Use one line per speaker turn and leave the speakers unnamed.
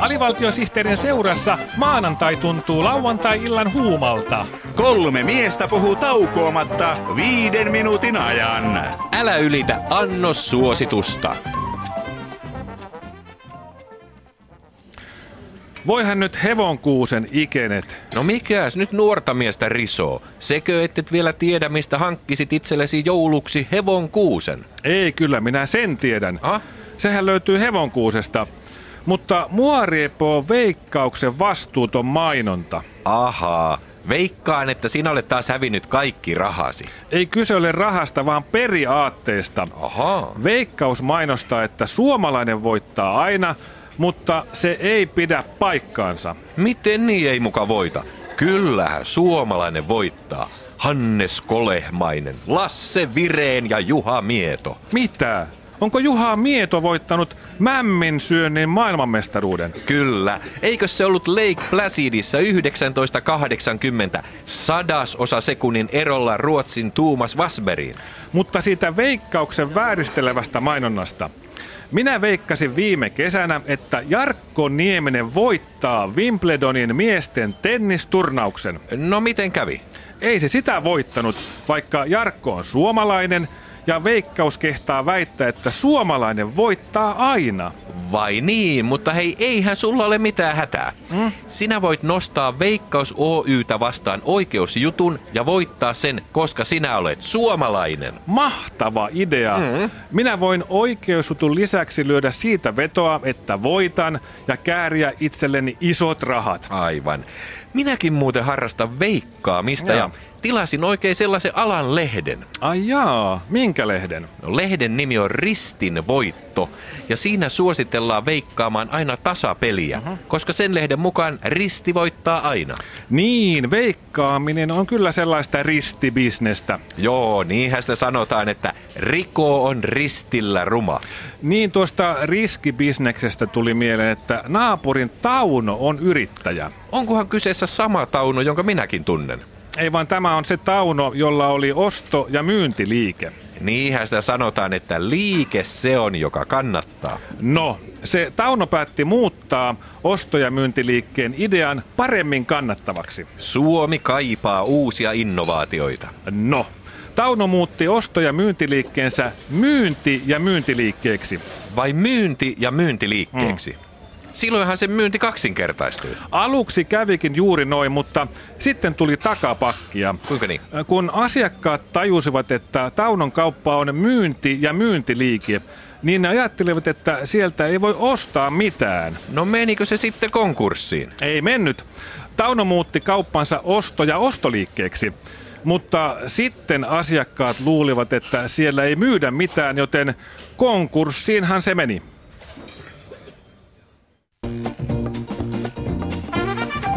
Alivaltiosihteerin seurassa maanantai tuntuu lauantai-illan huumalta.
Kolme miestä puhuu taukoamatta viiden minuutin ajan.
Älä ylitä annossuositusta.
Voihan nyt hevonkuusen ikenet.
No mikäs nyt nuorta miestä risoo? Sekö et, et vielä tiedä, mistä hankkisit itsellesi jouluksi hevon kuusen?
Ei kyllä, minä sen tiedän.
Ah?
Sehän löytyy hevonkuusesta. Mutta mua riepoo veikkauksen vastuuton mainonta.
Ahaa. Veikkaan, että sinä olet taas hävinnyt kaikki rahasi.
Ei kyse ole rahasta, vaan periaatteesta.
Ahaa.
Veikkaus mainostaa, että suomalainen voittaa aina, mutta se ei pidä paikkaansa.
Miten niin ei muka voita? Kyllähän suomalainen voittaa. Hannes Kolehmainen, Lasse Vireen ja Juha Mieto.
Mitä? Onko Juha Mieto voittanut mämmin syönnin maailmanmestaruuden?
Kyllä. Eikö se ollut Lake Placidissa 1980 sadasosa sekunnin erolla Ruotsin Tuumas Vasberiin?
Mutta siitä veikkauksen vääristelevästä mainonnasta. Minä veikkasin viime kesänä, että Jarkko Nieminen voittaa Wimbledonin miesten tennisturnauksen.
No miten kävi?
Ei se sitä voittanut, vaikka Jarkko on suomalainen ja veikkaus kehtaa väittää, että suomalainen voittaa aina.
Vai niin, mutta hei, eihän sulla ole mitään hätää. Mm? Sinä voit nostaa Veikkaus Oytä vastaan oikeusjutun ja voittaa sen, koska sinä olet suomalainen.
Mahtava idea. Mm. Minä voin oikeusjutun lisäksi lyödä siitä vetoa, että voitan ja kääriä itselleni isot rahat.
Aivan. Minäkin muuten harrastan veikkaamista ja,
Joo.
ja tilasin oikein sellaisen alan lehden.
Ai jaa, minkä lehden?
No, lehden nimi on Ristin voitto ja siinä suositellaan veikkaamaan aina tasapeliä, koska sen lehden mukaan risti voittaa aina.
Niin, veikkaaminen on kyllä sellaista ristibisnestä.
Joo, niinhän sitä sanotaan, että riko on ristillä ruma.
Niin tuosta riskibisneksestä tuli mieleen, että naapurin Tauno on yrittäjä.
Onkohan kyseessä sama Tauno, jonka minäkin tunnen?
Ei vaan tämä on se Tauno, jolla oli osto- ja myyntiliike.
Niinhän sitä sanotaan, että liike se on, joka kannattaa.
No, se Tauno päätti muuttaa osto- ja myyntiliikkeen idean paremmin kannattavaksi.
Suomi kaipaa uusia innovaatioita.
No, Tauno muutti osto- ja myyntiliikkeensä myynti- ja myyntiliikkeeksi.
Vai myynti ja myyntiliikkeeksi? Mm. Silloinhan se myynti kaksinkertaistui.
Aluksi kävikin juuri noin, mutta sitten tuli takapakkia.
Kuinka niin?
Kun asiakkaat tajusivat, että Taunon kauppa on myynti- ja myyntiliike, niin ne ajattelivat, että sieltä ei voi ostaa mitään.
No menikö se sitten konkurssiin?
Ei mennyt. Tauno muutti kauppansa osto- ja ostoliikkeeksi. Mutta sitten asiakkaat luulivat, että siellä ei myydä mitään, joten konkurssiinhan se meni.